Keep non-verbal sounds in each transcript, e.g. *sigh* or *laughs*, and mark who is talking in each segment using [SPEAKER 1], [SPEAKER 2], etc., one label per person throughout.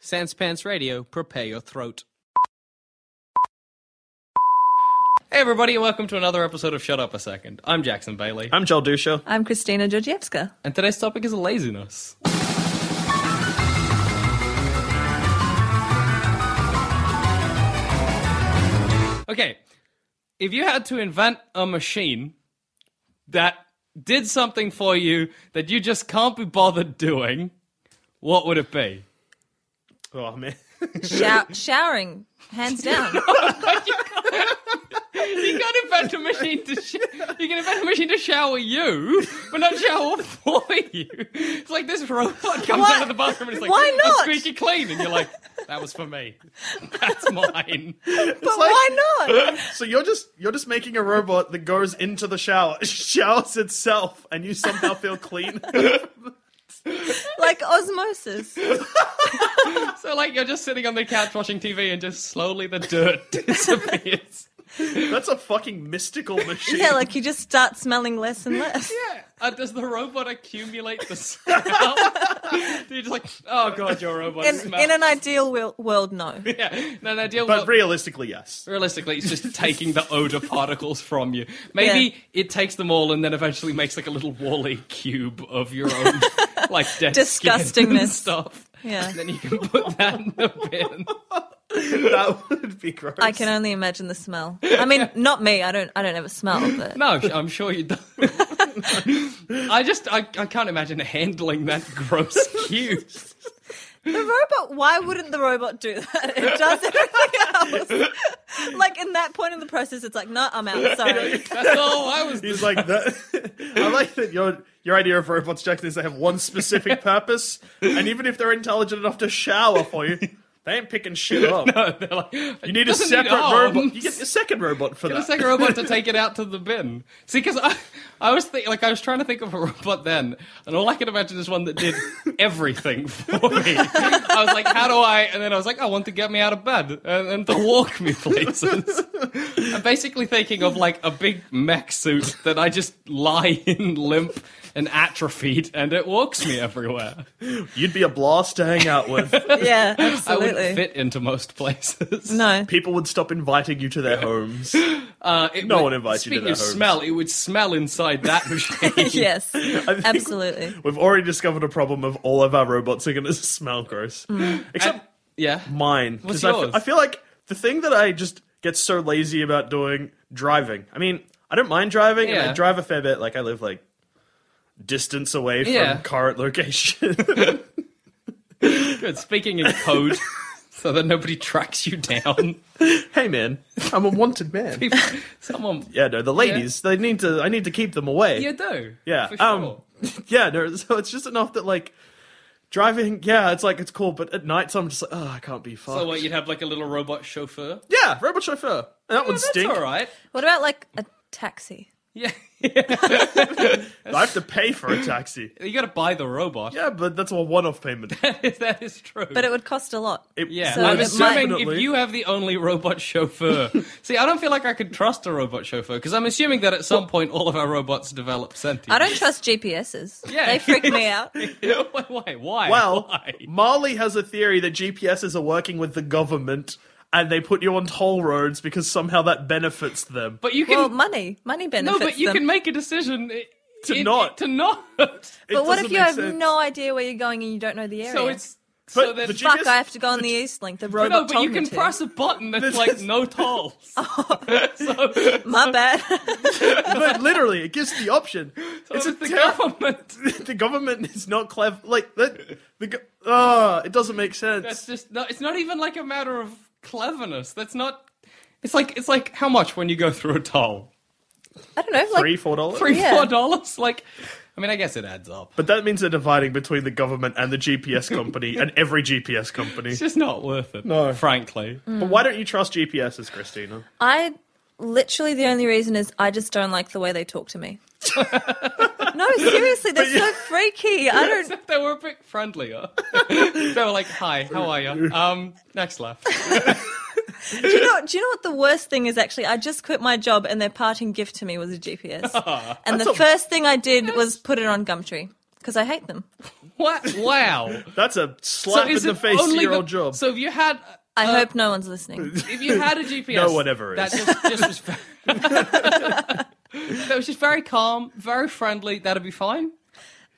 [SPEAKER 1] Sans Pants Radio, prepare your throat. Hey everybody, and welcome to another episode of Shut Up a Second. I'm Jackson Bailey,
[SPEAKER 2] I'm Joel Dusha.
[SPEAKER 3] I'm Christina Georgievska.
[SPEAKER 1] and today's topic is laziness. Okay, if you had to invent a machine that did something for you that you just can't be bothered doing, what would it be?
[SPEAKER 2] Oh man.
[SPEAKER 3] Shou- *laughs* showering,
[SPEAKER 1] *laughs*
[SPEAKER 3] hands down.
[SPEAKER 1] You can invent a machine to sh- you can invent a machine to shower you, but not shower for you. It's like this robot comes
[SPEAKER 3] Why-
[SPEAKER 1] out of the bathroom and it's like,
[SPEAKER 3] why
[SPEAKER 1] "I'm
[SPEAKER 3] not?"
[SPEAKER 1] squeaky clean," and you're like, "That was for me. That's mine."
[SPEAKER 3] but why not?
[SPEAKER 2] *laughs* So you're just you're just making a robot that goes into the shower, *laughs* showers itself, and you somehow feel *laughs* clean.
[SPEAKER 3] Like osmosis.
[SPEAKER 1] So like you're just sitting on the couch watching TV and just slowly the dirt *laughs* disappears.
[SPEAKER 2] That's a fucking mystical machine.
[SPEAKER 3] Yeah, like you just start smelling less and less.
[SPEAKER 1] Uh, does the robot accumulate the smell? *laughs* you're just like, "Oh god, your robot
[SPEAKER 3] In,
[SPEAKER 1] smells."
[SPEAKER 3] in an ideal wil- world, no.
[SPEAKER 1] yeah, no, no deal.
[SPEAKER 2] But realistically, yes.
[SPEAKER 1] Realistically, it's just taking the odor particles from you. Maybe it takes them all and then eventually makes like a little Wally cube of your
[SPEAKER 2] *laughs*
[SPEAKER 1] own, like dead skin
[SPEAKER 3] Disgustingness.
[SPEAKER 1] and stuff.
[SPEAKER 3] Yeah.
[SPEAKER 1] and then you can put that in the bin.
[SPEAKER 2] *laughs* *laughs* That would be gross.
[SPEAKER 3] I can only imagine the smell.
[SPEAKER 1] *laughs*
[SPEAKER 3] I mean, not me. I don't. I don't ever smell. But
[SPEAKER 1] No, I'm- I'm sure you don't. I just, I, I can't imagine handling that gross cube.
[SPEAKER 3] the robot. Why wouldn't the robot do that?
[SPEAKER 1] *laughs*
[SPEAKER 3] It does everything else. like in that point in the process, it's like, no, I'm
[SPEAKER 1] *laughs*
[SPEAKER 3] out. Sorry.
[SPEAKER 1] That's all I was.
[SPEAKER 2] He's like that. *laughs* I like that your your idea of robots, Jackson, is they have one *laughs* specific purpose, and even if they're intelligent enough to shower for *laughs* you, they ain't picking shit up.
[SPEAKER 1] They're like,
[SPEAKER 2] you need a
[SPEAKER 1] "Doesn't
[SPEAKER 2] separate
[SPEAKER 1] arms."
[SPEAKER 2] robot. You get a second robot for
[SPEAKER 1] the
[SPEAKER 2] that.
[SPEAKER 1] second robot to
[SPEAKER 2] *laughs*
[SPEAKER 1] take it out to the bin. See, because I, I was think, like, I was trying to think of a robot then, and all I could imagine is one that
[SPEAKER 2] *laughs*
[SPEAKER 1] did everything for me. I was like, how do I? And then I was like, I want to get me out of bed and, and to walk me
[SPEAKER 2] *laughs*
[SPEAKER 1] places. I'm basically thinking of like a big mech suit that I just lie in limp and atrophied, and it walks me everywhere.
[SPEAKER 2] You'd be a blast to hang out *laughs* with.
[SPEAKER 3] yeah,
[SPEAKER 1] I wouldn't
[SPEAKER 3] absolutely.
[SPEAKER 1] fit into most places.
[SPEAKER 3] No.
[SPEAKER 2] People would stop inviting you to their *laughs* homes.
[SPEAKER 1] Uh, it
[SPEAKER 2] No
[SPEAKER 1] would-
[SPEAKER 2] one invites you to
[SPEAKER 1] Speaking
[SPEAKER 2] their
[SPEAKER 1] of
[SPEAKER 2] homes.
[SPEAKER 1] smell, it would smell inside
[SPEAKER 3] *laughs*
[SPEAKER 1] that machine.
[SPEAKER 3] Yes. Absolutely.
[SPEAKER 1] *laughs*
[SPEAKER 2] We've already discovered a problem of all of our robots are going to *laughs* smell gross, except
[SPEAKER 1] Yeah.
[SPEAKER 2] mine. 'cause I, fe-
[SPEAKER 1] yours?
[SPEAKER 2] I feel like the thing that I just get so lazy about doing driving. I mean, I don't mind driving, and
[SPEAKER 1] Yeah.
[SPEAKER 2] I drive a fair bit. Like I live like distance away from
[SPEAKER 1] Yeah.
[SPEAKER 2] current location.
[SPEAKER 1] Good. Speaking in
[SPEAKER 2] *laughs*
[SPEAKER 1] code, so that nobody tracks you down.
[SPEAKER 2] hey man, I'm a wanted man.
[SPEAKER 1] Someone.
[SPEAKER 2] *laughs* yeah, no, the ladies. They need to. I need to keep them away.
[SPEAKER 1] You do.
[SPEAKER 2] Yeah,
[SPEAKER 1] For sure.
[SPEAKER 2] um, yeah, no, *laughs* so it's just enough that like driving, yeah, it's like it's cool, but at night, so I'm just like, oh, I can't be fucked.
[SPEAKER 1] so what? You'd have like a little robot chauffeur.
[SPEAKER 2] yeah, robot chauffeur. And that would
[SPEAKER 1] That's
[SPEAKER 2] stink.
[SPEAKER 1] all right.
[SPEAKER 3] What about like a taxi?
[SPEAKER 1] Yeah. *laughs*
[SPEAKER 2] I have to pay for a taxi.
[SPEAKER 1] you got to buy the robot.
[SPEAKER 2] *laughs* Yeah, but that's a one-off payment.
[SPEAKER 1] *laughs* that is true.
[SPEAKER 3] But it would cost a lot.
[SPEAKER 2] It-
[SPEAKER 1] yeah,
[SPEAKER 3] So
[SPEAKER 1] I'm
[SPEAKER 3] it
[SPEAKER 1] assuming
[SPEAKER 2] might-
[SPEAKER 1] if you have the only robot
[SPEAKER 2] *laughs*
[SPEAKER 1] chauffeur. See, I don't feel like I could trust a robot chauffeur because I'm assuming that at some point all of our robots develop sentience.
[SPEAKER 3] I don't
[SPEAKER 1] *laughs*
[SPEAKER 3] trust GPSs.
[SPEAKER 1] Yeah.
[SPEAKER 3] They freak me
[SPEAKER 1] *laughs*
[SPEAKER 3] out.
[SPEAKER 1] why? *laughs* Why? Why? *laughs*
[SPEAKER 2] Well,
[SPEAKER 1] Why?
[SPEAKER 2] Marley has a theory that GPSs are working with the government, and they put you on toll roads because somehow that benefits them.
[SPEAKER 1] But you can.
[SPEAKER 3] Well, money. Money benefits
[SPEAKER 1] no, but you
[SPEAKER 3] them.
[SPEAKER 1] can make a decision. i-
[SPEAKER 2] to
[SPEAKER 1] It-
[SPEAKER 2] not.
[SPEAKER 1] to not. *laughs*
[SPEAKER 2] It
[SPEAKER 3] But what
[SPEAKER 2] doesn't
[SPEAKER 3] if you
[SPEAKER 2] make
[SPEAKER 3] have
[SPEAKER 2] sense.
[SPEAKER 3] no idea where you're going and you don't know the area?
[SPEAKER 1] so it's so
[SPEAKER 2] But
[SPEAKER 1] that
[SPEAKER 2] the G-
[SPEAKER 3] fuck.
[SPEAKER 2] Genius-
[SPEAKER 3] I have to go on the east link. The robot
[SPEAKER 1] no, but
[SPEAKER 3] told
[SPEAKER 1] you
[SPEAKER 3] me
[SPEAKER 1] can
[SPEAKER 3] to.
[SPEAKER 1] press a button that's
[SPEAKER 2] This
[SPEAKER 1] like
[SPEAKER 2] is- Oh.
[SPEAKER 1] no tolls.
[SPEAKER 2] *laughs*
[SPEAKER 1] *laughs* so,
[SPEAKER 3] My bad. *laughs*
[SPEAKER 2] *laughs* but literally, it gives the
[SPEAKER 1] *laughs*
[SPEAKER 2] option.
[SPEAKER 1] it's
[SPEAKER 2] it's a
[SPEAKER 1] the
[SPEAKER 2] terri-
[SPEAKER 1] government.
[SPEAKER 2] *laughs* the government is not clever. Like that, the go- ah, it doesn't make sense.
[SPEAKER 1] That's just no. It's not even like a matter of cleverness. That's not. It's like it's like how much when you go through a toll.
[SPEAKER 3] I don't know. Like,
[SPEAKER 2] Three, four dollars.
[SPEAKER 1] Three,
[SPEAKER 3] Yeah.
[SPEAKER 1] four dollars. Like, I mean, I guess it adds up.
[SPEAKER 2] But that means they're dividing between the government and the GPS company and every
[SPEAKER 1] *laughs*
[SPEAKER 2] GPS company.
[SPEAKER 1] It's just not worth it.
[SPEAKER 2] No.
[SPEAKER 1] frankly.
[SPEAKER 2] But why don't you trust GPSs, Christina?
[SPEAKER 3] I literally the only reason is I just don't like the way they talk
[SPEAKER 1] *laughs*
[SPEAKER 3] to me. no, seriously, they're so freaky.
[SPEAKER 1] *laughs*
[SPEAKER 3] I don't.
[SPEAKER 1] Except they were a bit friendlier. *laughs* they were like, "Hi, how are you?" Um, next
[SPEAKER 2] *laughs*
[SPEAKER 1] left.
[SPEAKER 3] Do you know? Do you know what the worst thing is? Actually, I just quit my job, and their parting gift to me was
[SPEAKER 1] *laughs*
[SPEAKER 3] a
[SPEAKER 1] Ah,
[SPEAKER 3] GPS. and the first thing I did was put it on Gumtree because I hate them.
[SPEAKER 1] What? Wow.
[SPEAKER 2] That's a slap in the
[SPEAKER 1] it
[SPEAKER 2] face to
[SPEAKER 1] only
[SPEAKER 2] your
[SPEAKER 1] the-
[SPEAKER 2] old job.
[SPEAKER 1] So if you had,
[SPEAKER 3] I hope no one's listening.
[SPEAKER 1] Uh, *laughs* if you had a GPS,
[SPEAKER 2] *laughs* No one ever
[SPEAKER 1] That
[SPEAKER 2] is.
[SPEAKER 1] just, just was. ve- *laughs* that was just very calm, very friendly. That'd be fine.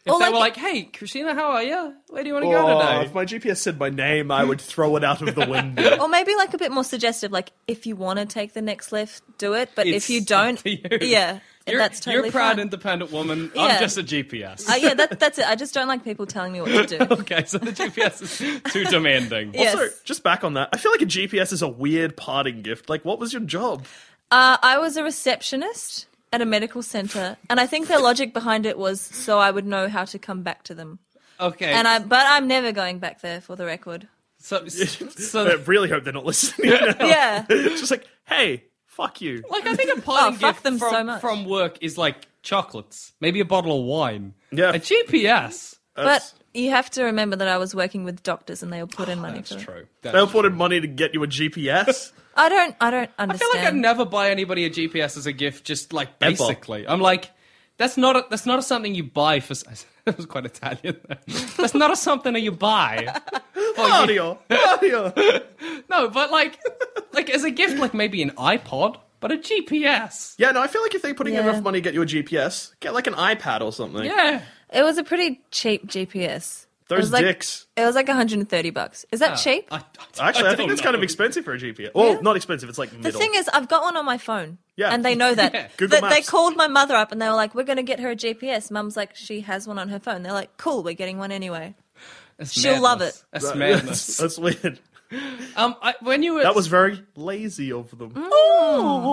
[SPEAKER 1] If
[SPEAKER 3] Or
[SPEAKER 1] they
[SPEAKER 3] like-
[SPEAKER 1] were like, "Hey, Christina, how are you? Where do you want to
[SPEAKER 2] Oh,
[SPEAKER 1] go
[SPEAKER 2] if
[SPEAKER 1] today?"
[SPEAKER 2] my GPS said my name, I would throw it out of the
[SPEAKER 1] *laughs*
[SPEAKER 2] window.
[SPEAKER 3] Or maybe like a bit more suggestive, like if you want to take the next left, do it. But
[SPEAKER 1] It's
[SPEAKER 3] if you don't,
[SPEAKER 1] up to you.
[SPEAKER 3] yeah,
[SPEAKER 1] *laughs* You're,
[SPEAKER 3] that's totally
[SPEAKER 1] you're a proud,
[SPEAKER 3] fine.
[SPEAKER 1] independent woman.
[SPEAKER 3] Yeah.
[SPEAKER 1] I'm just a GPS.
[SPEAKER 3] Uh, yeah, that, that's it. I just don't like people telling me
[SPEAKER 1] *laughs*
[SPEAKER 3] what to do.
[SPEAKER 1] okay, so the GPS is
[SPEAKER 3] *laughs*
[SPEAKER 1] too demanding.
[SPEAKER 3] yes.
[SPEAKER 2] Also, just back on that, I feel like a GPS is a weird parting gift. Like, what was your job?
[SPEAKER 3] Uh, I was a receptionist at a medical center, and I think their logic behind it was so I would know how to come back to them.
[SPEAKER 1] Okay,
[SPEAKER 3] And I, but I'm never going back there for the record.
[SPEAKER 1] so so
[SPEAKER 2] *laughs* I really hope they're not
[SPEAKER 1] *laughs*
[SPEAKER 2] listening. now.
[SPEAKER 3] Yeah,
[SPEAKER 2] It's *laughs* just like, hey, fuck you.
[SPEAKER 1] Like I think a parting
[SPEAKER 3] Oh, fuck
[SPEAKER 1] gift
[SPEAKER 3] them
[SPEAKER 1] from,
[SPEAKER 3] so much.
[SPEAKER 1] from work is like chocolates, maybe a bottle of wine.
[SPEAKER 2] Yeah.
[SPEAKER 1] A GPS.
[SPEAKER 3] but you have to remember that I was working with doctors, and they will put in money for
[SPEAKER 1] Ah, That's
[SPEAKER 3] it.
[SPEAKER 1] true. That's
[SPEAKER 2] They
[SPEAKER 1] true.
[SPEAKER 2] afforded money to get you
[SPEAKER 1] *laughs*
[SPEAKER 2] a GPS.
[SPEAKER 3] I don't, I don't
[SPEAKER 1] I feel
[SPEAKER 3] understand.
[SPEAKER 1] like I'd never buy anybody a GPS as a gift. Just like
[SPEAKER 2] Ever.
[SPEAKER 1] basically, I'm like, that's not a, that's not a something you buy for. s- *laughs* That was quite Italian. there. that's not a something that you
[SPEAKER 2] *laughs*
[SPEAKER 1] buy. for you.
[SPEAKER 2] Mario, Mario.
[SPEAKER 1] No, but like, like as a gift, like maybe an iPod, but a GPS.
[SPEAKER 2] Yeah, no, I feel like if they're putting
[SPEAKER 3] Yeah.
[SPEAKER 2] enough money to get you a GPS, get like an iPad or something.
[SPEAKER 1] Yeah.
[SPEAKER 3] It was a pretty cheap GPS. it
[SPEAKER 2] Those
[SPEAKER 3] was like,
[SPEAKER 2] dicks.
[SPEAKER 3] It was like 130 bucks. Is that cheap?
[SPEAKER 1] Ah, I, I,
[SPEAKER 2] Actually, I, think
[SPEAKER 1] don't
[SPEAKER 2] it's kind
[SPEAKER 1] know.
[SPEAKER 2] of expensive for a GPS. Well,
[SPEAKER 3] Yeah.
[SPEAKER 2] not expensive. It's like
[SPEAKER 3] The
[SPEAKER 2] middle.
[SPEAKER 3] thing is, I've got one on my phone.
[SPEAKER 2] Yeah.
[SPEAKER 3] And
[SPEAKER 1] *laughs*
[SPEAKER 3] they know that.
[SPEAKER 1] Yeah.
[SPEAKER 2] Google
[SPEAKER 3] That They
[SPEAKER 2] Maps.
[SPEAKER 3] called my mother up and they were like, we're going to get her a GPS. Mum's like, she has one on her phone. They're like, cool, we're getting one anyway.
[SPEAKER 1] That's
[SPEAKER 3] she'll love
[SPEAKER 1] madness.
[SPEAKER 3] it.
[SPEAKER 1] That's
[SPEAKER 2] that's, *laughs*
[SPEAKER 1] madness.
[SPEAKER 2] that's weird.
[SPEAKER 1] Um, I, when you were
[SPEAKER 2] That was very lazy of them.
[SPEAKER 3] Mm.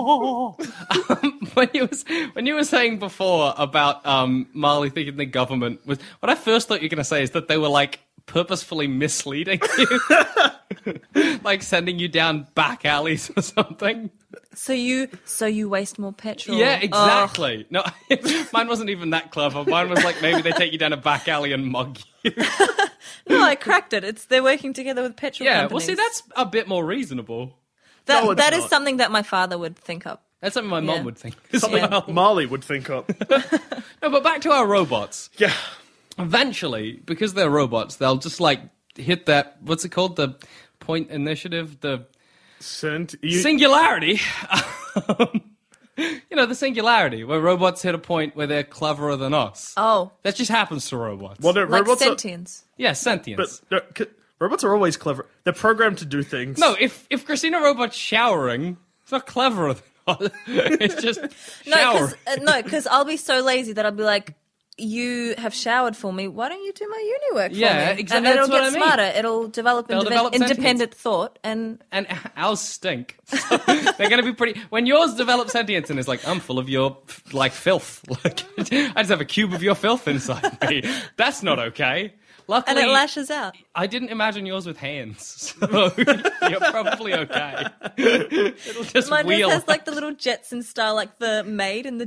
[SPEAKER 1] *laughs* when you was when you were saying before about um, Marley thinking the government was what I first thought you were going to say is that they were like purposefully misleading you, *laughs* like sending you down back alleys or something.
[SPEAKER 3] So you so you waste more petrol.
[SPEAKER 1] Yeah,
[SPEAKER 3] Oh.
[SPEAKER 1] exactly. No, *laughs* mine wasn't even that clever. Mine was like maybe they take you down a back alley and mug you.
[SPEAKER 3] no, I cracked it. It's They're working together with petrol
[SPEAKER 1] Yeah, well,
[SPEAKER 3] companies.
[SPEAKER 1] see, that's a bit more reasonable.
[SPEAKER 3] That,
[SPEAKER 2] No, it's
[SPEAKER 3] that is
[SPEAKER 2] not.
[SPEAKER 3] something that my father would think up.
[SPEAKER 1] That's something my
[SPEAKER 3] Yeah.
[SPEAKER 1] mum would think. *laughs* as
[SPEAKER 3] Something-
[SPEAKER 1] well.
[SPEAKER 2] Marley would think
[SPEAKER 3] *laughs*
[SPEAKER 2] up.
[SPEAKER 1] No, but back to our robots.
[SPEAKER 2] Yeah.
[SPEAKER 1] eventually, because they're robots, they'll just like hit that what's it called? The point initiative, the
[SPEAKER 2] Sent you,
[SPEAKER 1] singularity. *laughs* Um, you know, the singularity, where robots hit a point where they're cleverer than us.
[SPEAKER 3] Oh,
[SPEAKER 1] That just happens to robots.
[SPEAKER 2] well, no,
[SPEAKER 3] like
[SPEAKER 2] robots are,
[SPEAKER 3] sentience.
[SPEAKER 1] yeah, sentience.
[SPEAKER 2] but, no, c- robots are always clever. They're programmed to do things.
[SPEAKER 1] no, if if Christina Robot's showering, it's not cleverer than *laughs* us. it's just
[SPEAKER 3] No,
[SPEAKER 1] showering.
[SPEAKER 3] cause,
[SPEAKER 1] *laughs*
[SPEAKER 3] uh, no, because I'll be so lazy that I'll be like, you have showered for me. Why don't you do my uni work
[SPEAKER 1] Yeah,
[SPEAKER 3] for me?
[SPEAKER 1] exactly.
[SPEAKER 3] And
[SPEAKER 1] That's
[SPEAKER 3] it'll
[SPEAKER 1] what
[SPEAKER 3] get
[SPEAKER 1] I mean.
[SPEAKER 3] smarter. It'll develop,
[SPEAKER 1] They'll
[SPEAKER 3] indeve-
[SPEAKER 1] develop sentience.
[SPEAKER 3] independent thought and
[SPEAKER 1] and ours stink. *laughs* So they're going to be pretty. When yours develops sentience and is like, I'm full of your like filth. *laughs* Like I just have a cube of your filth inside me. That's not okay.
[SPEAKER 3] and
[SPEAKER 1] Luckily,
[SPEAKER 3] it lashes out.
[SPEAKER 1] I didn't imagine yours with hands, *laughs* so you're probably okay. *laughs* It'll just
[SPEAKER 3] Mine
[SPEAKER 1] wheel.
[SPEAKER 3] just has like the little Jetson style, like the maid in the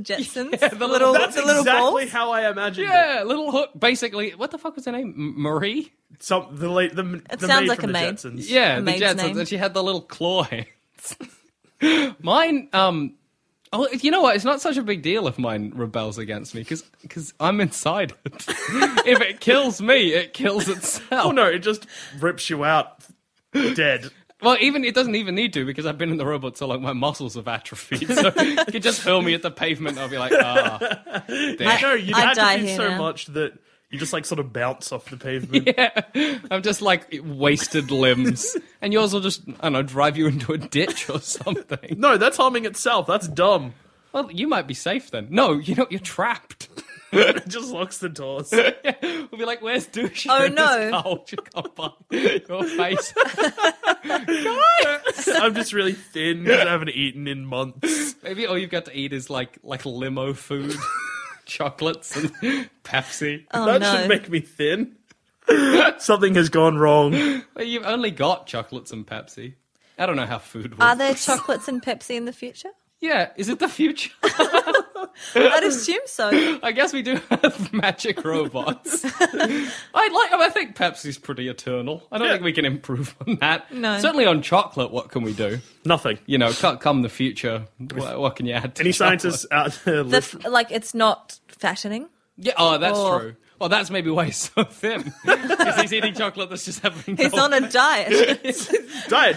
[SPEAKER 1] *laughs*
[SPEAKER 3] Jetsons.
[SPEAKER 1] Yeah, the
[SPEAKER 3] the
[SPEAKER 1] little-
[SPEAKER 3] little,
[SPEAKER 2] that's
[SPEAKER 3] the little
[SPEAKER 2] exactly
[SPEAKER 3] balls.
[SPEAKER 2] how I imagined it.
[SPEAKER 1] *laughs* yeah, little hook. Basically, what the fuck was her name? M- Marie.
[SPEAKER 2] Some the late the,
[SPEAKER 3] It
[SPEAKER 2] the
[SPEAKER 3] sounds
[SPEAKER 2] maid
[SPEAKER 3] like
[SPEAKER 2] from
[SPEAKER 3] a
[SPEAKER 2] the
[SPEAKER 3] maid.
[SPEAKER 2] Jetsons.
[SPEAKER 1] Yeah,
[SPEAKER 3] A
[SPEAKER 1] the
[SPEAKER 3] maid's
[SPEAKER 1] Jetsons,
[SPEAKER 3] name.
[SPEAKER 1] and she had the little claw hands. *laughs* mine, um, oh, you know what? It's not such a big deal if mine rebels against me because I'm inside it. *laughs* if
[SPEAKER 3] Oh,
[SPEAKER 1] it kills me, it kills itself.
[SPEAKER 2] Oh no, it just rips you out dead.
[SPEAKER 1] Well, even it doesn't even need to because I've been in the robot so long, my muscles have atrophied. So *laughs* you could just hurl me at the pavement, and I'll be like, ah.
[SPEAKER 3] I-
[SPEAKER 2] No, you
[SPEAKER 3] I
[SPEAKER 2] had
[SPEAKER 3] die
[SPEAKER 2] to do
[SPEAKER 3] here
[SPEAKER 2] so
[SPEAKER 3] now.
[SPEAKER 2] much that you just like sort of bounce off the pavement.
[SPEAKER 1] I'm just like wasted limbs, and yours will just I don't know drive you into a ditch or something.
[SPEAKER 2] No, that's harming itself. That's dumb. *laughs*
[SPEAKER 1] Well, you might be safe then. No, you know you're trapped.
[SPEAKER 2] It just locks the doors.
[SPEAKER 3] *laughs*
[SPEAKER 1] We'll be like, *laughs* where's douche?
[SPEAKER 3] Oh,
[SPEAKER 1] And this
[SPEAKER 3] no.
[SPEAKER 1] cow should come up your face.
[SPEAKER 2] I'm just really thin 'cause I haven't eaten in months.
[SPEAKER 1] Maybe all you've got to eat is like like limo food, *laughs* chocolates and Pepsi.
[SPEAKER 2] that
[SPEAKER 3] Oh, no.
[SPEAKER 2] should make me thin. *laughs* Something has gone wrong.
[SPEAKER 1] But you've only got chocolates and Pepsi. I don't know how food works.
[SPEAKER 3] Are there chocolates and Pepsi in the future?
[SPEAKER 1] yeah, is it the future?
[SPEAKER 3] I'd assume so.
[SPEAKER 1] I guess we do have *laughs* magic robots.
[SPEAKER 3] *laughs*
[SPEAKER 1] I like. I think Pepsi's pretty eternal. I don't think we can improve on that.
[SPEAKER 3] No.
[SPEAKER 1] Certainly on chocolate. What can we do?
[SPEAKER 2] Nothing.
[SPEAKER 1] You know, co- come the future. What, what can you add? To
[SPEAKER 2] Any
[SPEAKER 1] chocolate?
[SPEAKER 2] scientists out there?
[SPEAKER 1] *laughs*
[SPEAKER 3] The
[SPEAKER 2] listen-
[SPEAKER 3] f- like it's not fattening.
[SPEAKER 1] Yeah. Oh, that's
[SPEAKER 3] Oh.
[SPEAKER 1] true. Well, that's maybe why he's so thin.
[SPEAKER 3] *laughs*
[SPEAKER 1] Because he's eating chocolate that's just having.
[SPEAKER 3] He's on a diet.
[SPEAKER 1] *laughs*
[SPEAKER 2] diet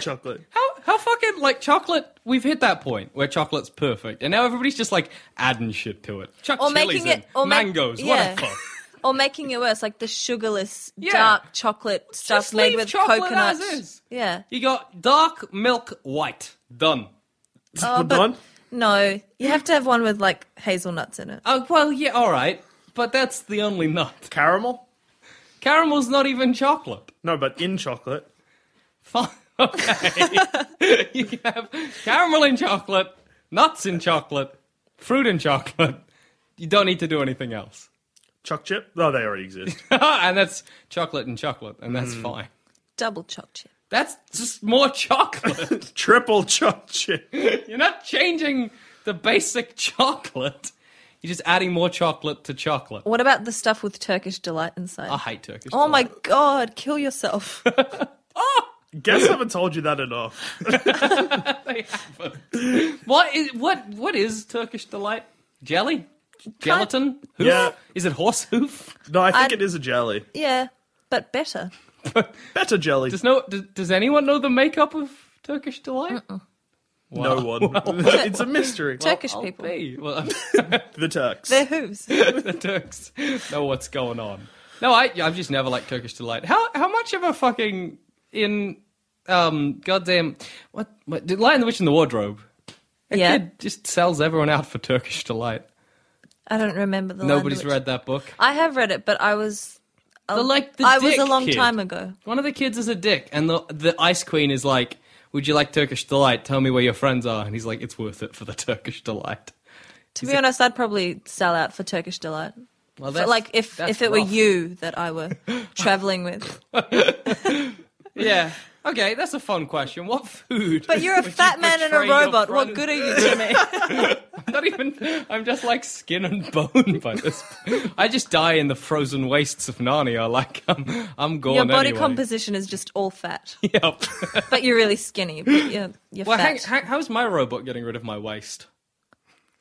[SPEAKER 3] *laughs*
[SPEAKER 2] chocolate.
[SPEAKER 1] How, how fucking like chocolate? We've hit that point where chocolate's perfect, and now everybody's just like adding shit to it. Chuck
[SPEAKER 3] Or
[SPEAKER 1] chilies
[SPEAKER 3] making
[SPEAKER 1] in,
[SPEAKER 3] it- or ma-
[SPEAKER 1] mangoes,
[SPEAKER 3] yeah.
[SPEAKER 1] whatever.
[SPEAKER 3] or making it worse, like the sugarless,
[SPEAKER 1] Yeah.
[SPEAKER 3] dark chocolate stuff
[SPEAKER 1] Just
[SPEAKER 3] made
[SPEAKER 1] leave
[SPEAKER 3] with
[SPEAKER 1] chocolate
[SPEAKER 3] coconut.
[SPEAKER 1] as is.
[SPEAKER 3] Yeah.
[SPEAKER 1] You got dark milk white. Done.
[SPEAKER 3] Oh,
[SPEAKER 2] Well done.
[SPEAKER 3] No, you have to have one with like hazelnuts in it.
[SPEAKER 1] Oh well, yeah, all right, but that's the only nut.
[SPEAKER 2] Caramel?
[SPEAKER 1] Caramel's not even chocolate.
[SPEAKER 2] No, but in chocolate.
[SPEAKER 1] Fine. *laughs* Okay, you can have caramel in chocolate, nuts in chocolate, fruit in chocolate. You don't need to do anything else. *laughs*
[SPEAKER 2] Choc chip? No, they already exist.
[SPEAKER 1] and that's chocolate and chocolate, and that's fine.
[SPEAKER 3] Double choc chip.
[SPEAKER 1] That's just more chocolate.
[SPEAKER 2] *laughs* *laughs* Triple choc chip.
[SPEAKER 1] You're not changing the basic chocolate. You're just adding more chocolate to chocolate.
[SPEAKER 3] What about the stuff with Turkish delight inside?
[SPEAKER 1] I hate Turkish.
[SPEAKER 3] oh my
[SPEAKER 1] delight.
[SPEAKER 3] god,
[SPEAKER 1] *laughs*
[SPEAKER 3] kill yourself.
[SPEAKER 2] Guess I haven't told you that enough.
[SPEAKER 1] *laughs* They haven't. What is what what is Turkish delight? Jelly? Gelatin? Hoof?
[SPEAKER 2] Yeah.
[SPEAKER 1] Is it horse hoof?
[SPEAKER 2] No, I think
[SPEAKER 3] I-
[SPEAKER 2] it is a jelly.
[SPEAKER 3] yeah, but better.
[SPEAKER 2] Better jelly.
[SPEAKER 1] Does no does, does anyone know the makeup of Turkish delight?
[SPEAKER 2] no one. *laughs* it's a mystery.
[SPEAKER 3] Turkish
[SPEAKER 1] I'll
[SPEAKER 3] people.
[SPEAKER 1] be. Well, *laughs*
[SPEAKER 2] the Turks.
[SPEAKER 3] Their hooves.
[SPEAKER 1] the Turks know what's going on. No, I I've just never liked Turkish delight. How how much of a fucking in um goddamn what what the Lion the Witch in the Wardrobe?
[SPEAKER 3] yeah.
[SPEAKER 1] It just sells everyone out for Turkish delight.
[SPEAKER 3] I don't remember the
[SPEAKER 1] Nobody's
[SPEAKER 3] language.
[SPEAKER 1] read that book.
[SPEAKER 3] I have read it, but I was
[SPEAKER 1] The, like the
[SPEAKER 3] Oh, I was a
[SPEAKER 1] dick
[SPEAKER 3] long
[SPEAKER 1] kid.
[SPEAKER 3] time ago.
[SPEAKER 1] One of the kids is a dick, and the the ice queen is like, "Would you like Turkish delight? Tell me where your friends are." And he's like, "It's worth it for the Turkish delight."
[SPEAKER 3] To be honest, I'd probably sell out for Turkish delight.
[SPEAKER 1] Well,
[SPEAKER 3] But like if
[SPEAKER 1] that's
[SPEAKER 3] if it were
[SPEAKER 1] rough.
[SPEAKER 3] you that I were
[SPEAKER 1] *laughs*
[SPEAKER 3] traveling with,
[SPEAKER 1] yeah. Okay, that's a fun question. What food?
[SPEAKER 3] but you're a
[SPEAKER 1] would you
[SPEAKER 3] fat man and a
[SPEAKER 1] betray your
[SPEAKER 3] robot. What
[SPEAKER 1] friend-
[SPEAKER 3] good are you
[SPEAKER 1] *laughs*
[SPEAKER 3] to me?
[SPEAKER 1] Not even. I'm just like skin and bone by this. point. I just die in the frozen wastes of Narnia. Like I'm, I'm gone.
[SPEAKER 3] Your body
[SPEAKER 1] anyway.
[SPEAKER 3] composition is just all *laughs* fat,
[SPEAKER 1] *laughs* Yep.
[SPEAKER 3] but you're really skinny. But you're you're
[SPEAKER 1] well, hang,
[SPEAKER 3] fat.
[SPEAKER 1] hang, how's my robot getting rid of my waste?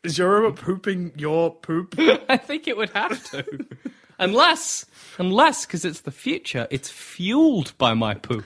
[SPEAKER 2] Is your robot pooping your poop?
[SPEAKER 3] *laughs*
[SPEAKER 1] *laughs* I think it would have to. unless, unless, because it's the future, it's fueled by my poop.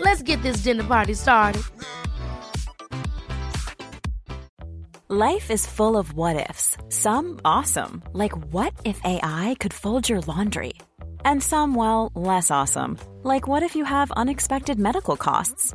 [SPEAKER 4] Let's get this dinner party started.
[SPEAKER 5] Life is full of what ifs. Some awesome, like what if AI could fold your laundry? And some, well, less awesome, like what if you have unexpected medical costs?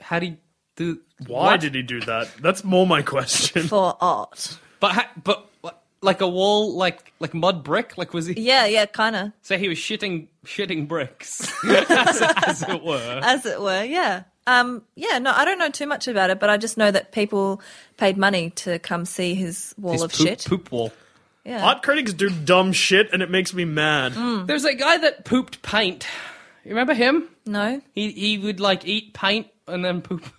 [SPEAKER 1] how do you do?
[SPEAKER 2] Why
[SPEAKER 1] what?
[SPEAKER 2] did he do that? That's more
[SPEAKER 1] *laughs*
[SPEAKER 2] my question.
[SPEAKER 3] for art.
[SPEAKER 1] But ha- but what- like a wall, like like mud brick. Like was he?
[SPEAKER 3] Yeah, yeah, kind of,
[SPEAKER 1] So he was shitting shitting bricks, as, as it were.
[SPEAKER 3] as it were. Yeah, um, yeah. No, I don't know too much about it, but I just know that people paid money to come see his wall
[SPEAKER 1] His
[SPEAKER 3] of
[SPEAKER 1] poop,
[SPEAKER 3] shit.
[SPEAKER 1] poop wall.
[SPEAKER 3] Yeah.
[SPEAKER 2] Art critics do dumb shit, and it makes me mad.
[SPEAKER 3] Hmm.
[SPEAKER 1] There's that guy that pooped paint. You remember him?
[SPEAKER 3] No.
[SPEAKER 1] He he would like eat paint and then poop. *laughs*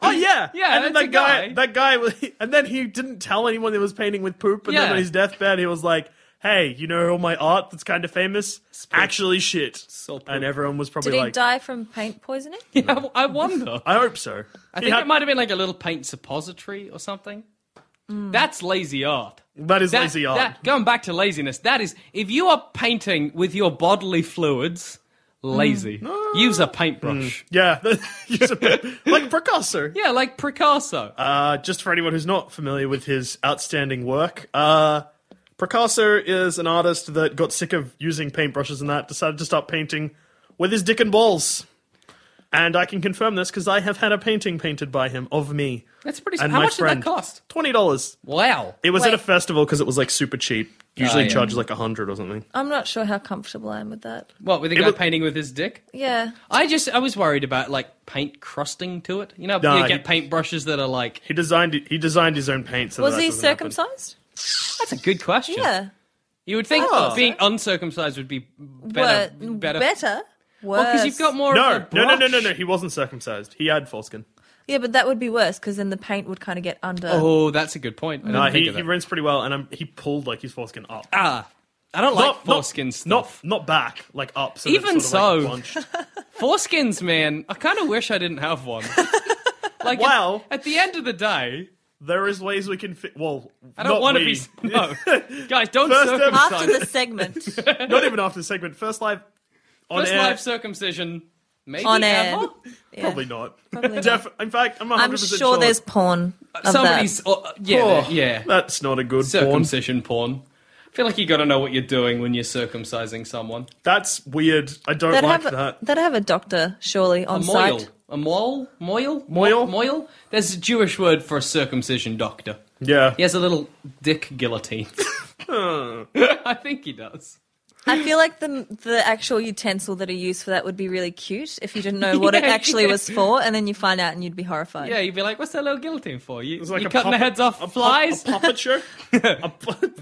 [SPEAKER 2] Oh yeah,
[SPEAKER 1] Yeah,
[SPEAKER 2] And then
[SPEAKER 1] that's
[SPEAKER 2] that
[SPEAKER 1] a
[SPEAKER 2] guy,
[SPEAKER 1] guy.
[SPEAKER 2] that guy, *laughs* was, and then he didn't tell anyone that he was painting with poop. And then
[SPEAKER 1] Yeah.
[SPEAKER 2] on his deathbed, he was like, "Hey, you know all my art that's kind of famous? Actually, shit."
[SPEAKER 1] so poop.
[SPEAKER 2] and everyone was probably
[SPEAKER 3] Did he
[SPEAKER 2] like,
[SPEAKER 3] die from paint poisoning?
[SPEAKER 1] Yeah, I
[SPEAKER 2] *laughs*
[SPEAKER 1] wonder.
[SPEAKER 2] "I hope so."
[SPEAKER 1] I think it might have been like a little paint suppository or something.
[SPEAKER 3] Hmm.
[SPEAKER 1] That's lazy art.
[SPEAKER 2] That is
[SPEAKER 1] That-
[SPEAKER 2] lazy art.
[SPEAKER 1] that- going back to laziness, that is, if you are painting with your bodily fluids,
[SPEAKER 3] Hmm.
[SPEAKER 1] lazy. Use a paintbrush.
[SPEAKER 2] yeah, *laughs* He's a bit- like Picasso.
[SPEAKER 1] Yeah, like Picasso.
[SPEAKER 2] Uh, just for anyone who's not familiar with his outstanding work, uh, Picasso is an artist that got sick of using paintbrushes and that decided to start painting with his dick and balls. And I can confirm this because I have had a painting painted by him of me.
[SPEAKER 1] That's pretty.
[SPEAKER 2] and
[SPEAKER 1] how
[SPEAKER 2] my
[SPEAKER 1] much
[SPEAKER 2] friend.
[SPEAKER 1] did that cost?
[SPEAKER 2] Twenty dollars.
[SPEAKER 1] Wow.
[SPEAKER 2] It was at a
[SPEAKER 3] Wait.
[SPEAKER 2] festival because it was like super cheap. Usually
[SPEAKER 1] Oh, yeah.
[SPEAKER 2] charges like a hundred or something.
[SPEAKER 3] I'm not sure how comfortable I am with that.
[SPEAKER 1] What with the guy
[SPEAKER 2] was-
[SPEAKER 1] painting with his dick?
[SPEAKER 3] Yeah.
[SPEAKER 1] I just I was worried about like paint crusting to it. You know,
[SPEAKER 2] Nah,
[SPEAKER 1] you get
[SPEAKER 2] he-
[SPEAKER 1] paintbrushes that are like.
[SPEAKER 2] He designed he designed his own paint. So
[SPEAKER 3] Was
[SPEAKER 2] that
[SPEAKER 3] he
[SPEAKER 2] doesn't happen.
[SPEAKER 3] circumcised?
[SPEAKER 1] That's a good question.
[SPEAKER 3] Yeah.
[SPEAKER 1] You would think
[SPEAKER 2] Oh.
[SPEAKER 1] being uncircumcised would be better.
[SPEAKER 3] Wor-
[SPEAKER 1] better.
[SPEAKER 3] better.
[SPEAKER 1] Well, because
[SPEAKER 3] Worse.
[SPEAKER 1] you've got more. of
[SPEAKER 2] No,
[SPEAKER 1] a
[SPEAKER 2] no, no, no, no,
[SPEAKER 1] brush.
[SPEAKER 2] no. He wasn't circumcised. He had foreskin.
[SPEAKER 3] Yeah, but that would be worse because then the paint would kind of get under.
[SPEAKER 1] Oh, that's a good point. I didn't
[SPEAKER 2] No,
[SPEAKER 1] think
[SPEAKER 2] Uh, he,
[SPEAKER 1] of
[SPEAKER 2] he
[SPEAKER 1] that.
[SPEAKER 2] rinsed pretty well, and I'm, he pulled like his foreskin up.
[SPEAKER 1] ah, I don't like foreskin
[SPEAKER 2] not,
[SPEAKER 1] stuff.
[SPEAKER 2] Not, not back, like up. So
[SPEAKER 1] Even
[SPEAKER 2] it's sort
[SPEAKER 1] so.
[SPEAKER 2] of, like, bunched.
[SPEAKER 1] Foreskins, man. I kind of wish I didn't have
[SPEAKER 2] *laughs*
[SPEAKER 1] one. like,
[SPEAKER 2] Well-
[SPEAKER 1] at, at the end of the day,
[SPEAKER 2] there is ways we can fit. Well,
[SPEAKER 1] I don't want to be. No, guys, don't
[SPEAKER 2] First ever-
[SPEAKER 1] circumcise.
[SPEAKER 3] After
[SPEAKER 1] *laughs*
[SPEAKER 3] the segment.
[SPEAKER 2] *laughs* not even after the segment. First live on
[SPEAKER 1] First
[SPEAKER 2] air.
[SPEAKER 1] live circumcision, maybe
[SPEAKER 3] On air.
[SPEAKER 1] ever?
[SPEAKER 3] Yeah.
[SPEAKER 2] Probably not.
[SPEAKER 3] Probably not.
[SPEAKER 2] Def- in fact, I'm 100%
[SPEAKER 3] I'm sure, there's porn. Of
[SPEAKER 1] Somebody's.
[SPEAKER 3] That.
[SPEAKER 1] oh, yeah,
[SPEAKER 2] Oh,
[SPEAKER 1] yeah.
[SPEAKER 2] That's not a good porn.
[SPEAKER 1] circumcision porn. I feel like you got to know what you're doing when you're circumcising someone.
[SPEAKER 2] That's weird. I don't
[SPEAKER 3] They'd
[SPEAKER 2] like
[SPEAKER 3] have, a,
[SPEAKER 2] that.
[SPEAKER 3] they'd have a doctor, surely,
[SPEAKER 1] A
[SPEAKER 3] on
[SPEAKER 1] moil.
[SPEAKER 3] site.
[SPEAKER 1] A moil? Moil?
[SPEAKER 2] Moil?
[SPEAKER 1] Moil? There's a Jewish word for a circumcision doctor.
[SPEAKER 2] Yeah.
[SPEAKER 1] He has a little dick
[SPEAKER 2] *laughs*
[SPEAKER 1] guillotine. *laughs* I think he does.
[SPEAKER 3] I feel like the the actual utensil that are used for that would be really cute if you
[SPEAKER 1] *laughs*
[SPEAKER 3] didn't know what it
[SPEAKER 1] Yeah,
[SPEAKER 3] actually
[SPEAKER 1] yeah.
[SPEAKER 3] was for, and then you find out and you'd be horrified.
[SPEAKER 1] Yeah, you'd be like, what's that little guillotine for? You,
[SPEAKER 2] It's like
[SPEAKER 1] you
[SPEAKER 2] a
[SPEAKER 1] cutting the
[SPEAKER 2] puppet-
[SPEAKER 1] heads off
[SPEAKER 2] a pu-
[SPEAKER 1] flies?
[SPEAKER 2] a
[SPEAKER 1] *laughs*
[SPEAKER 2] puppet show. a pu-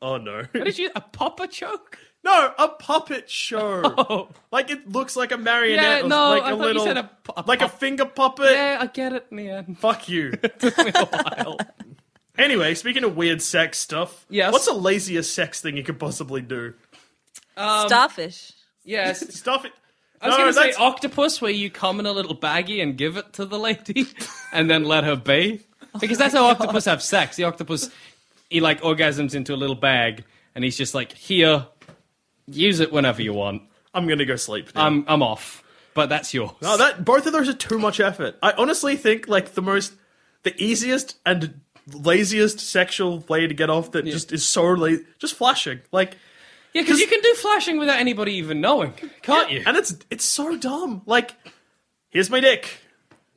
[SPEAKER 2] oh no.
[SPEAKER 1] What did you, a popper choke?
[SPEAKER 2] No, a puppet
[SPEAKER 1] *laughs*
[SPEAKER 2] show. Like it looks like a marionette.
[SPEAKER 1] Oh. Yeah,
[SPEAKER 2] or
[SPEAKER 1] no,
[SPEAKER 2] like
[SPEAKER 1] I
[SPEAKER 2] a
[SPEAKER 1] thought you
[SPEAKER 2] little,
[SPEAKER 1] said a pu- a
[SPEAKER 2] like a
[SPEAKER 1] pup-
[SPEAKER 2] finger puppet.
[SPEAKER 1] Yeah, I get it in the end. *laughs*
[SPEAKER 2] Fuck you. Anyway, speaking of weird sex stuff,
[SPEAKER 1] Yes.
[SPEAKER 2] what's the laziest sex thing you could possibly do?
[SPEAKER 1] um,
[SPEAKER 3] Starfish.
[SPEAKER 1] Yes.
[SPEAKER 2] Stuff it.
[SPEAKER 1] I was
[SPEAKER 2] no,
[SPEAKER 1] going to say
[SPEAKER 2] that's
[SPEAKER 1] octopus, where you come in a little baggie and give it to the lady *laughs* and then let her be. Because
[SPEAKER 2] Oh
[SPEAKER 1] that's how octopus have sex. The octopus, he like orgasms into a little bag and he's just like, here, use it whenever you want.
[SPEAKER 2] I'm gonna go sleep. Now.
[SPEAKER 1] I'm, I'm off. But that's yours.
[SPEAKER 2] No, that both of those are too much effort. I honestly think like the most, the easiest and laziest sexual way to get off that just is so lazy. Just flashing, like
[SPEAKER 1] yeah, because you can do flashing without anybody even knowing, can't you?
[SPEAKER 2] and it's it's so dumb. Like, here's my dick.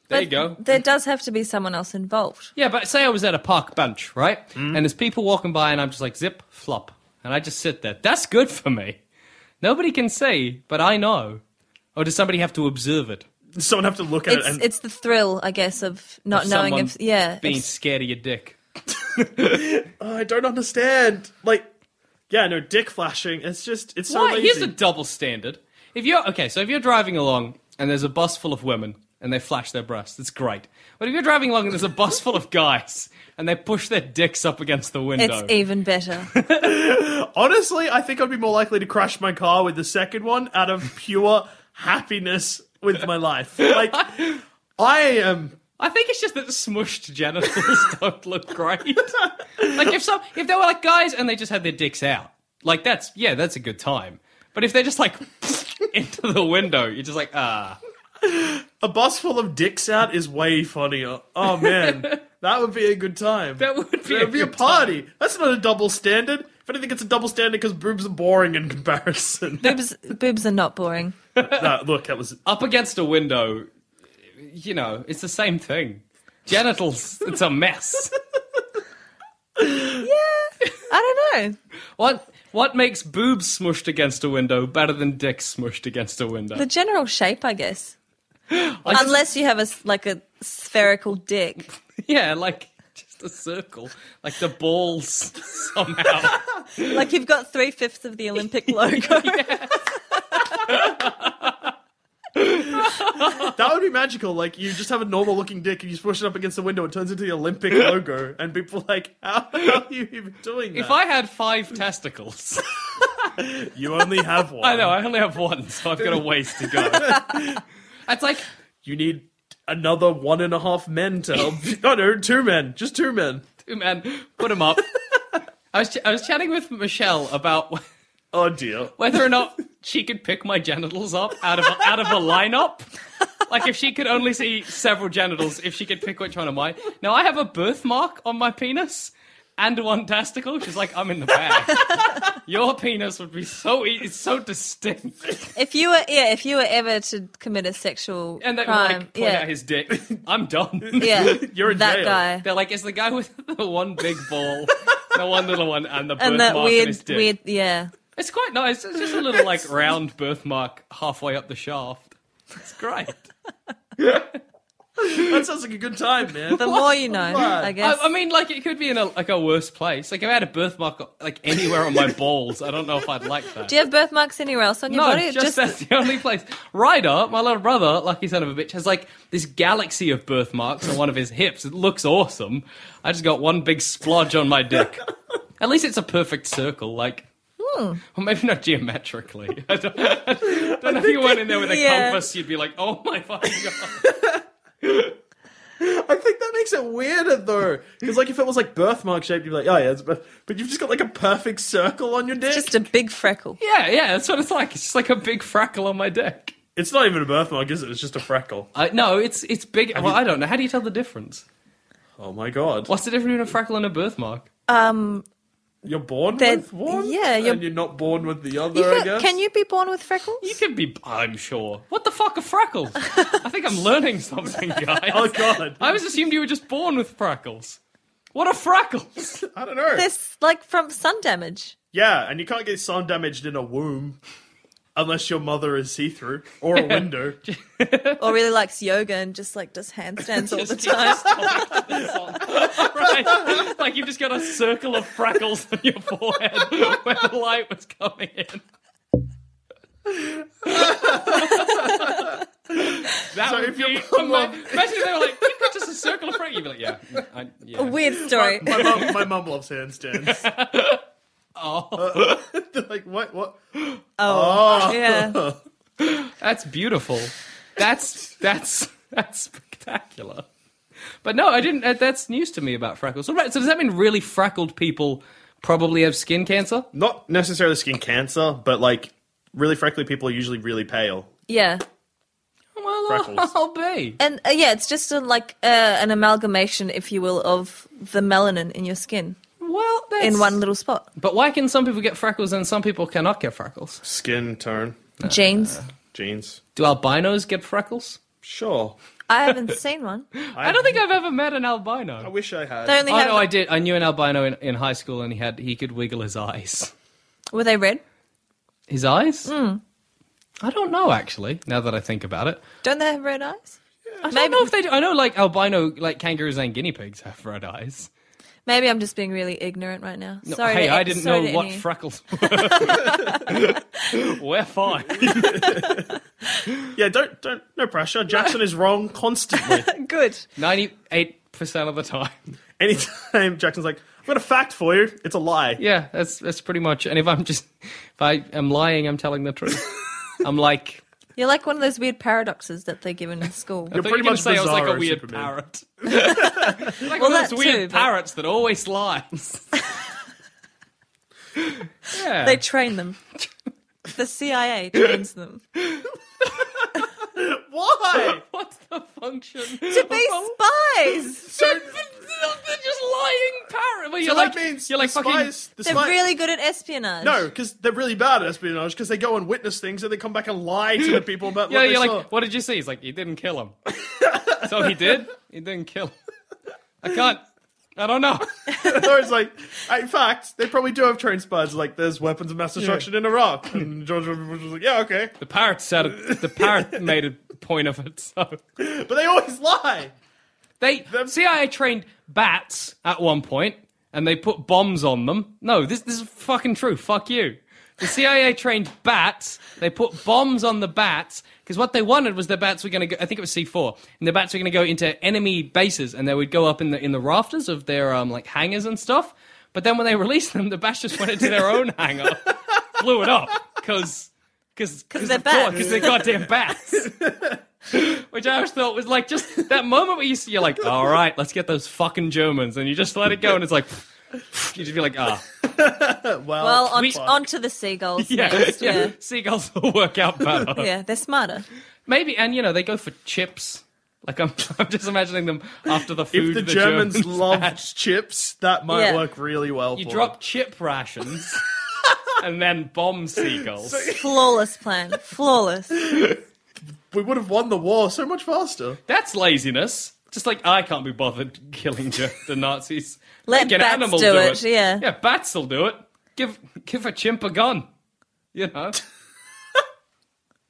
[SPEAKER 1] There you go.
[SPEAKER 3] There does have to be someone else involved.
[SPEAKER 1] Yeah, but say I was at a park bench, right? And there's people walking by, and I'm just like zip flop, and I just sit there. That's good for me. Nobody can see, but I know. Or does somebody have to observe it?
[SPEAKER 2] Someone have to look at
[SPEAKER 3] It's
[SPEAKER 2] it and
[SPEAKER 3] it's the thrill, I guess, of not knowing
[SPEAKER 1] Someone
[SPEAKER 3] if yeah.
[SPEAKER 1] being
[SPEAKER 3] if-
[SPEAKER 1] scared of your dick.
[SPEAKER 2] "Oh, I don't understand. Like, yeah, no dick flashing. It's just it's so
[SPEAKER 1] Why?
[SPEAKER 2] lazy.
[SPEAKER 1] Here's a double standard. If you're okay, so if you're driving along and there's a bus full of women and they flash their breasts, it's great. But if you're driving along and there's a bus full of guys and they push their dicks up against the window,
[SPEAKER 3] it's
[SPEAKER 1] *laughs*
[SPEAKER 3] even better.
[SPEAKER 2] Honestly, I think I'd be more likely to crash my car with the second one out of pure happiness with my life. Like, I am.
[SPEAKER 1] I think it's just that smushed genitals *laughs* don't look great. like if some if they were like guys and they just had their dicks out, like that's yeah, that's a good time. But if they're just like *laughs* into the window, you're just like ah.
[SPEAKER 2] A bus full of dicks out is way funnier. Oh man, that would be a good time.
[SPEAKER 1] That would be a
[SPEAKER 2] That'd
[SPEAKER 1] good
[SPEAKER 2] party. That's not a double standard. If anything, it's a double standard because boobs are boring in comparison.
[SPEAKER 1] *laughs*
[SPEAKER 3] boobs boobs are not boring.
[SPEAKER 2] Nah, look, that was
[SPEAKER 1] up against a window, you know, it's the same thing. Genitals, it's a mess.
[SPEAKER 3] I don't know.
[SPEAKER 1] What what makes boobs smushed against a window better than dicks smushed against a window?
[SPEAKER 3] The general shape, I guess. Unless you have a s- like a spherical dick.
[SPEAKER 1] yeah, like just a circle, like the balls *laughs* somehow.
[SPEAKER 3] Like you've got three fifths of
[SPEAKER 1] *laughs*
[SPEAKER 3] the Olympic logo.
[SPEAKER 2] that would be magical. Like you just have a normal looking dick and you push it up against the window, it turns into the Olympic logo, and people are like, how, how are you even doing that?
[SPEAKER 1] if I had five testicles,
[SPEAKER 2] you only have
[SPEAKER 1] *laughs*
[SPEAKER 2] one,
[SPEAKER 1] I know I only have one, so I've got a ways to go. *laughs* It's like
[SPEAKER 2] you need another one and a half men to *laughs* help. no, no, two men, just two men.
[SPEAKER 1] two men, put them up. I was ch- I was chatting with Michelle about.
[SPEAKER 2] Oh dear.
[SPEAKER 1] whether or not she could pick my genitals up out of out of a lineup. Like if she could only see several genitals, if she could pick which one am I. Now I have a birthmark on my penis and one testicle. She's like, I'm in the bag. Your penis would be so e- it's so distinct.
[SPEAKER 3] if you were yeah, if you were ever to commit a sexual
[SPEAKER 1] And they
[SPEAKER 3] crime,
[SPEAKER 1] like point
[SPEAKER 3] yeah,
[SPEAKER 1] out his dick. *laughs* I'm done. *laughs*
[SPEAKER 3] yeah,
[SPEAKER 2] You're in
[SPEAKER 3] that
[SPEAKER 2] jail.
[SPEAKER 3] guy.
[SPEAKER 1] They're like, it's the guy with *laughs* the one big ball, the one little one, and the
[SPEAKER 3] *laughs* And
[SPEAKER 1] birthmark
[SPEAKER 3] that
[SPEAKER 1] on
[SPEAKER 3] weird,
[SPEAKER 1] his dick.
[SPEAKER 3] weird, yeah.
[SPEAKER 1] It's quite nice. It's just a little
[SPEAKER 3] *laughs*
[SPEAKER 1] like round birthmark halfway up the shaft. It's great.
[SPEAKER 2] That sounds like a good time, *laughs* man.
[SPEAKER 3] The more you know, I guess.
[SPEAKER 1] I, I mean, like it could be in a like a worse place. Like if I had a birthmark like anywhere on my balls, I don't know if I'd like that.
[SPEAKER 3] Do you have birthmarks anywhere else on your
[SPEAKER 1] no,
[SPEAKER 3] body?
[SPEAKER 1] just, that's the only place. Ryder, my little brother, lucky son of a bitch, has like this galaxy of birthmarks on one of his hips. It looks awesome. I just got one big splodge on my *laughs* dick. At least it's a perfect circle, like. Well, maybe not geometrically. *laughs* I don't, Hmm. *laughs* I don't know if you went in there with a
[SPEAKER 3] Yeah.
[SPEAKER 1] compass, you'd be like, "Oh *laughs* my fucking god!"
[SPEAKER 2] I think that makes it weirder though, because like if it was like birthmark shaped, you'd be like, oh yeah, it's bir-" but you've just got like a perfect circle on your dick.
[SPEAKER 3] just a big freckle.
[SPEAKER 1] Yeah, yeah, that's what it's like. It's just like a big freckle on my dick.
[SPEAKER 2] It's not even a birthmark, is it? It's just a freckle.
[SPEAKER 1] Uh, no, it's it's big. Well, I don't know. How do you tell the difference?
[SPEAKER 2] Oh my god,
[SPEAKER 1] What's the difference between a freckle and a birthmark?
[SPEAKER 3] Um,
[SPEAKER 2] you're born
[SPEAKER 3] That-
[SPEAKER 2] with one,
[SPEAKER 3] yeah, you're-
[SPEAKER 2] and you're not born with the other.
[SPEAKER 3] You
[SPEAKER 2] I
[SPEAKER 3] can,
[SPEAKER 2] guess.
[SPEAKER 3] can you be born with freckles?
[SPEAKER 1] You can be. I'm sure. What the fuck are freckles? I think I'm learning
[SPEAKER 2] *laughs*
[SPEAKER 1] something, guys.
[SPEAKER 2] Oh god,
[SPEAKER 1] I was assumed you were just born with freckles. What are freckles? *laughs*
[SPEAKER 2] I don't know.
[SPEAKER 3] This like from sun damage.
[SPEAKER 2] Yeah, and you can't get sun damaged in a womb unless your mother is see through or
[SPEAKER 3] *laughs*
[SPEAKER 2] a window.
[SPEAKER 3] or really likes yoga and just like does handstands all the
[SPEAKER 1] Just-
[SPEAKER 3] time. *laughs*
[SPEAKER 1] right? Like you've just got a circle of freckles on your forehead *laughs* where the light was coming in.
[SPEAKER 2] *laughs*
[SPEAKER 1] that
[SPEAKER 2] So
[SPEAKER 1] would
[SPEAKER 2] if
[SPEAKER 1] be.
[SPEAKER 2] your
[SPEAKER 1] Ima- imagine if they were like, you've got just a circle of freckles. You'd be like, yeah, mm, I, yeah.
[SPEAKER 3] Weird story.
[SPEAKER 1] *laughs*
[SPEAKER 2] my, mum, my mum loves handstands. Oh, *laughs* like what? What?
[SPEAKER 3] yeah.
[SPEAKER 1] That's beautiful. That's that's that's spectacular. But no, I didn't. that- That's news to me about freckles. What about, so does that mean really freckled people probably have skin cancer?
[SPEAKER 2] Not necessarily skin cancer, but like really freckly people are usually really pale.
[SPEAKER 3] Yeah.
[SPEAKER 1] Well,
[SPEAKER 2] Freckles.
[SPEAKER 1] I'll be.
[SPEAKER 3] And uh, yeah, it's just a, like uh, an amalgamation, if you will, of the melanin in your skin
[SPEAKER 1] Well, that's...
[SPEAKER 3] in one little spot.
[SPEAKER 1] But why can some people get freckles and some people cannot get freckles?
[SPEAKER 2] Skin tone,
[SPEAKER 3] Jeans.
[SPEAKER 2] jeans.
[SPEAKER 1] Do albinos get freckles?
[SPEAKER 2] Sure.
[SPEAKER 3] I haven't seen one.
[SPEAKER 1] I, don't think I've ever met an albino.
[SPEAKER 2] I wish I had.
[SPEAKER 3] They only
[SPEAKER 1] Oh
[SPEAKER 3] have.
[SPEAKER 1] no, I did. I knew an albino in, in high school, and he had he could wiggle his eyes.
[SPEAKER 3] Were they red?
[SPEAKER 1] His eyes? I don't know actually. Now that I think about it,
[SPEAKER 3] Don't they have red eyes?
[SPEAKER 1] I don't know if they. Do. I know like albino, like kangaroos and guinea pigs have red eyes. e-
[SPEAKER 3] Maybe I'm just being really ignorant right now. sorry.
[SPEAKER 1] hey,
[SPEAKER 3] to, e-
[SPEAKER 1] I didn't
[SPEAKER 3] sorry
[SPEAKER 1] know
[SPEAKER 3] to
[SPEAKER 1] what *laughs*
[SPEAKER 3] any-
[SPEAKER 1] freckles were. *laughs* We're fine.
[SPEAKER 2] Yeah, don't don't no pressure. Jackson is
[SPEAKER 1] *laughs*
[SPEAKER 2] wrong constantly.
[SPEAKER 3] Good.
[SPEAKER 1] Ninety-eight percent of the time.
[SPEAKER 2] Anytime Jackson's like, I've got a fact for you, it's a lie.
[SPEAKER 1] Yeah, that's that's pretty much. And if I'm just, if I am lying, I'm telling the *laughs* truth. I'm like,
[SPEAKER 3] You're like one of those weird paradoxes that they're given
[SPEAKER 1] *laughs*
[SPEAKER 3] in school.
[SPEAKER 1] I thought you
[SPEAKER 2] pretty
[SPEAKER 1] were gonna
[SPEAKER 2] much
[SPEAKER 1] say I was like a
[SPEAKER 2] Bizarro
[SPEAKER 1] weird
[SPEAKER 2] Superman. *laughs*
[SPEAKER 1] parrot. *laughs* like one of
[SPEAKER 3] that
[SPEAKER 1] those weird
[SPEAKER 3] too, but-
[SPEAKER 1] parrots that always *laughs* lies. yeah.
[SPEAKER 3] They train
[SPEAKER 1] *laughs*
[SPEAKER 3] them. the CIA trains them
[SPEAKER 1] *laughs*
[SPEAKER 2] Why?
[SPEAKER 1] What's the function?
[SPEAKER 3] to be
[SPEAKER 1] *laughs*
[SPEAKER 3] spies.
[SPEAKER 1] They're, they're just lying parrot. Well, you're
[SPEAKER 2] So
[SPEAKER 1] like,
[SPEAKER 2] that means
[SPEAKER 1] you're like
[SPEAKER 2] the
[SPEAKER 1] fucking.
[SPEAKER 2] spies, the
[SPEAKER 3] They're
[SPEAKER 2] spy-
[SPEAKER 3] really good at espionage.
[SPEAKER 2] No, because they're really bad at espionage because they go and witness things and they come back and lie to the people about
[SPEAKER 1] *laughs* Yeah,
[SPEAKER 2] what they
[SPEAKER 1] you're like,
[SPEAKER 2] saw.
[SPEAKER 1] what did you see? He's like, you didn't kill
[SPEAKER 2] *laughs*
[SPEAKER 1] him. so he did. He didn't kill him. I can't. I don't know.
[SPEAKER 2] *laughs* Or it's like, uh, in fact, they probably do have trained spies. Like, there's weapons of mass destruction in Iraq,
[SPEAKER 1] *laughs*
[SPEAKER 2] and George Bush was like, yeah, okay,
[SPEAKER 1] The parrot said it. The parrot made a point of it. So
[SPEAKER 2] but they always lie.
[SPEAKER 1] they CIA trained bats at one point, and they put bombs on them. No, this this is fucking true. Fuck you. The CIA trained bats. They put bombs on the bats because what they wanted was the bats were going to go. I think it was C four, and the bats were going to go into enemy bases, and they would go up in the in the rafters of their um like hangars and stuff. But then when they *laughs* released them, the bats just went into their own hangar, *laughs* blew it up because because
[SPEAKER 3] they're bats.
[SPEAKER 1] because they're goddamn bats
[SPEAKER 2] *laughs*
[SPEAKER 1] which I always thought was like just that moment where you see, you're like, all right, let's get those fucking Germans, and you just let it go, and it's like, *laughs* you just be like, ah,
[SPEAKER 2] Well,
[SPEAKER 3] Well, on,
[SPEAKER 1] We-
[SPEAKER 3] onto the seagulls
[SPEAKER 1] yeah,
[SPEAKER 3] next.
[SPEAKER 1] yeah,
[SPEAKER 3] Yeah.
[SPEAKER 1] seagulls will work out better.
[SPEAKER 3] yeah. they're smarter.
[SPEAKER 1] Maybe, and you know, they go for chips. Like I'm, *laughs* I'm just imagining them after the food.
[SPEAKER 2] if the,
[SPEAKER 1] the
[SPEAKER 2] Germans, loved
[SPEAKER 1] had.
[SPEAKER 2] chips, that might
[SPEAKER 3] Yeah.
[SPEAKER 2] work really well.
[SPEAKER 1] you
[SPEAKER 2] for
[SPEAKER 1] drop chip rations. And then bomb seagulls.
[SPEAKER 3] Flawless plan. Flawless.
[SPEAKER 2] them. We would have won the war so
[SPEAKER 1] *laughs*
[SPEAKER 2] much faster. *laughs*
[SPEAKER 1] That's laziness. Just like I can't be bothered killing Ger- the Nazis.
[SPEAKER 3] *laughs* Let
[SPEAKER 1] Make an
[SPEAKER 3] bats
[SPEAKER 1] animal
[SPEAKER 3] do it, yeah.
[SPEAKER 1] yeah, bats will do it. Give give a chimp a gun. You
[SPEAKER 3] *laughs*
[SPEAKER 1] know.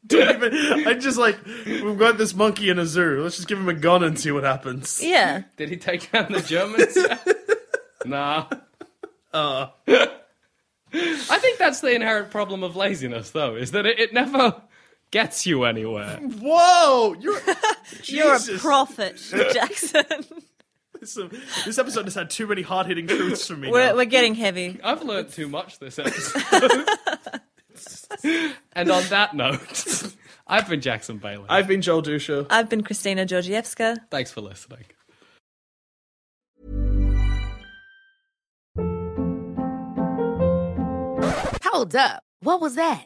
[SPEAKER 2] Don't even- I just like we've got this monkey in a zoo. Let's just give him a gun and see what happens.
[SPEAKER 3] Yeah.
[SPEAKER 1] Did he take down the
[SPEAKER 3] *laughs*
[SPEAKER 1] Germans? nah. *laughs*
[SPEAKER 3] Uh.
[SPEAKER 1] I think that's the inherent problem of laziness, though, is that it, it never gets you anywhere.
[SPEAKER 2] Whoa, you're
[SPEAKER 3] *laughs* You're a
[SPEAKER 2] Jesus.
[SPEAKER 3] prophet, *laughs* Jackson.
[SPEAKER 2] This, um, this episode has had too many hard hitting truths for me. now.
[SPEAKER 3] we're, we're getting heavy.
[SPEAKER 1] I've learned too much this
[SPEAKER 3] *laughs*
[SPEAKER 1] episode. *laughs* and on that note, *laughs* I've been Jackson Bailey.
[SPEAKER 2] I've been Joel Dusha.
[SPEAKER 3] I've been Christina Georgievska.
[SPEAKER 1] Thanks for listening.
[SPEAKER 4] Hold up. What was that?